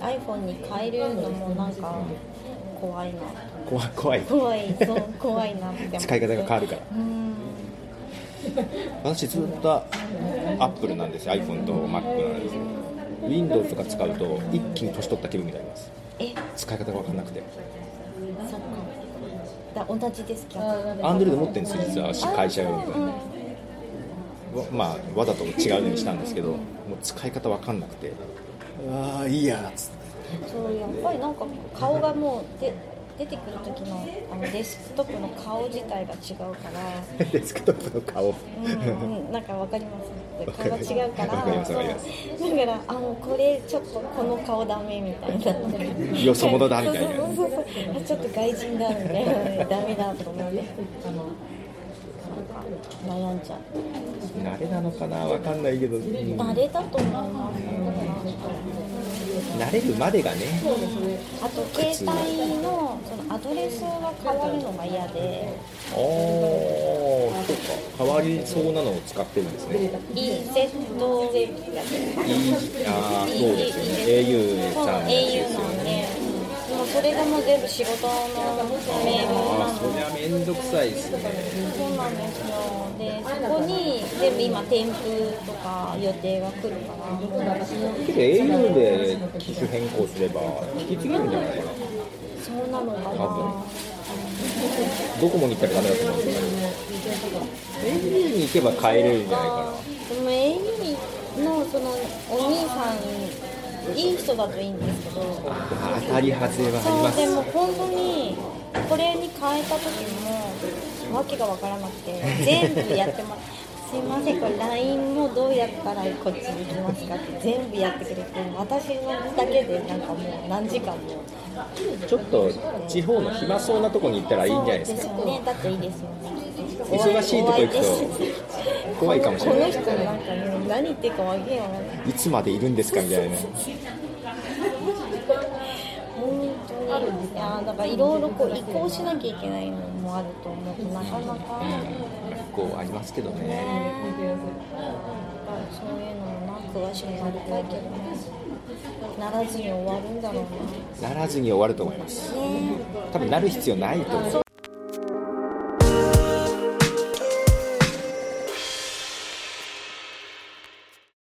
iPhone に変えるのもなんか怖いな怖い怖い怖いそう怖いなって思って使い方が変わるからうん私ずっとアップルなんですよ iPhone と Mac なんですよ Windows とか使うと一気に年取った気分になりますえ使い方が分かんなくてそっかだ同じですけどアンドロイド持ってるんですよ実は私会社用にうんわまあわざと違うようにしたんですけどもう使い方分かんなくてああいいやつってそうやっぱりなんか顔がもうで出てくる時のあのデスクトップの顔自体が違うからデスクトップの顔うんうんなんかわかります。顔が違うから。わかりますわかりますだからあもうこれちょっとこの顔ダメみたいな。よそ者だみたいなそうそうそうそうあちょっと外人だみたいなダメだと思って。あのなんか悩んじゃう。慣れなのかな分かんないけど、うんあれだと思います。慣れるまでがねあと携帯のそのアドレスが変わるのが嫌で、ああそうか変わりそうなのを使ってるんですね EZ だけ。いいああそうですよね au そうさんのやつで au すよなんで、ねでもそれがもう全部仕事のメールあなあそのりゃめんどくさいですねそうなんですよでそこに全部今添付とか予定が来るからけど au で機種変更すれば引き継げるんじゃないかなそうなのかな多ドコモに行ったらダメだと思うんですけど au に行けば変えれるんじゃないかでも au のそのお兄さんいい人だといいんですけどなあー当たり外れはあそうでりもます本当にこれに変えた時もわけが分からなくて全部やってますすいませんこれ LINE もどうやったらこっちに行きますかって全部やってくれて私のだけでなんかもう何時間もちょっと地方の暇そうなとこに行ったらいいんじゃないですかそうですよねだっていいですよね忙しいとこ行くとと怖いかもしれないこの人なんかね何言ってるかわけが分からないいつまでいるんですかみたいな本当にいやーだからいろいろこう移行しなきゃいけないのもあると思ってなかなか、こうありますけどねそういうのもなね詳しくなりたいけどねならずに終わるんだろうならずに終わると思いますなね多分なる必要ないと思うそう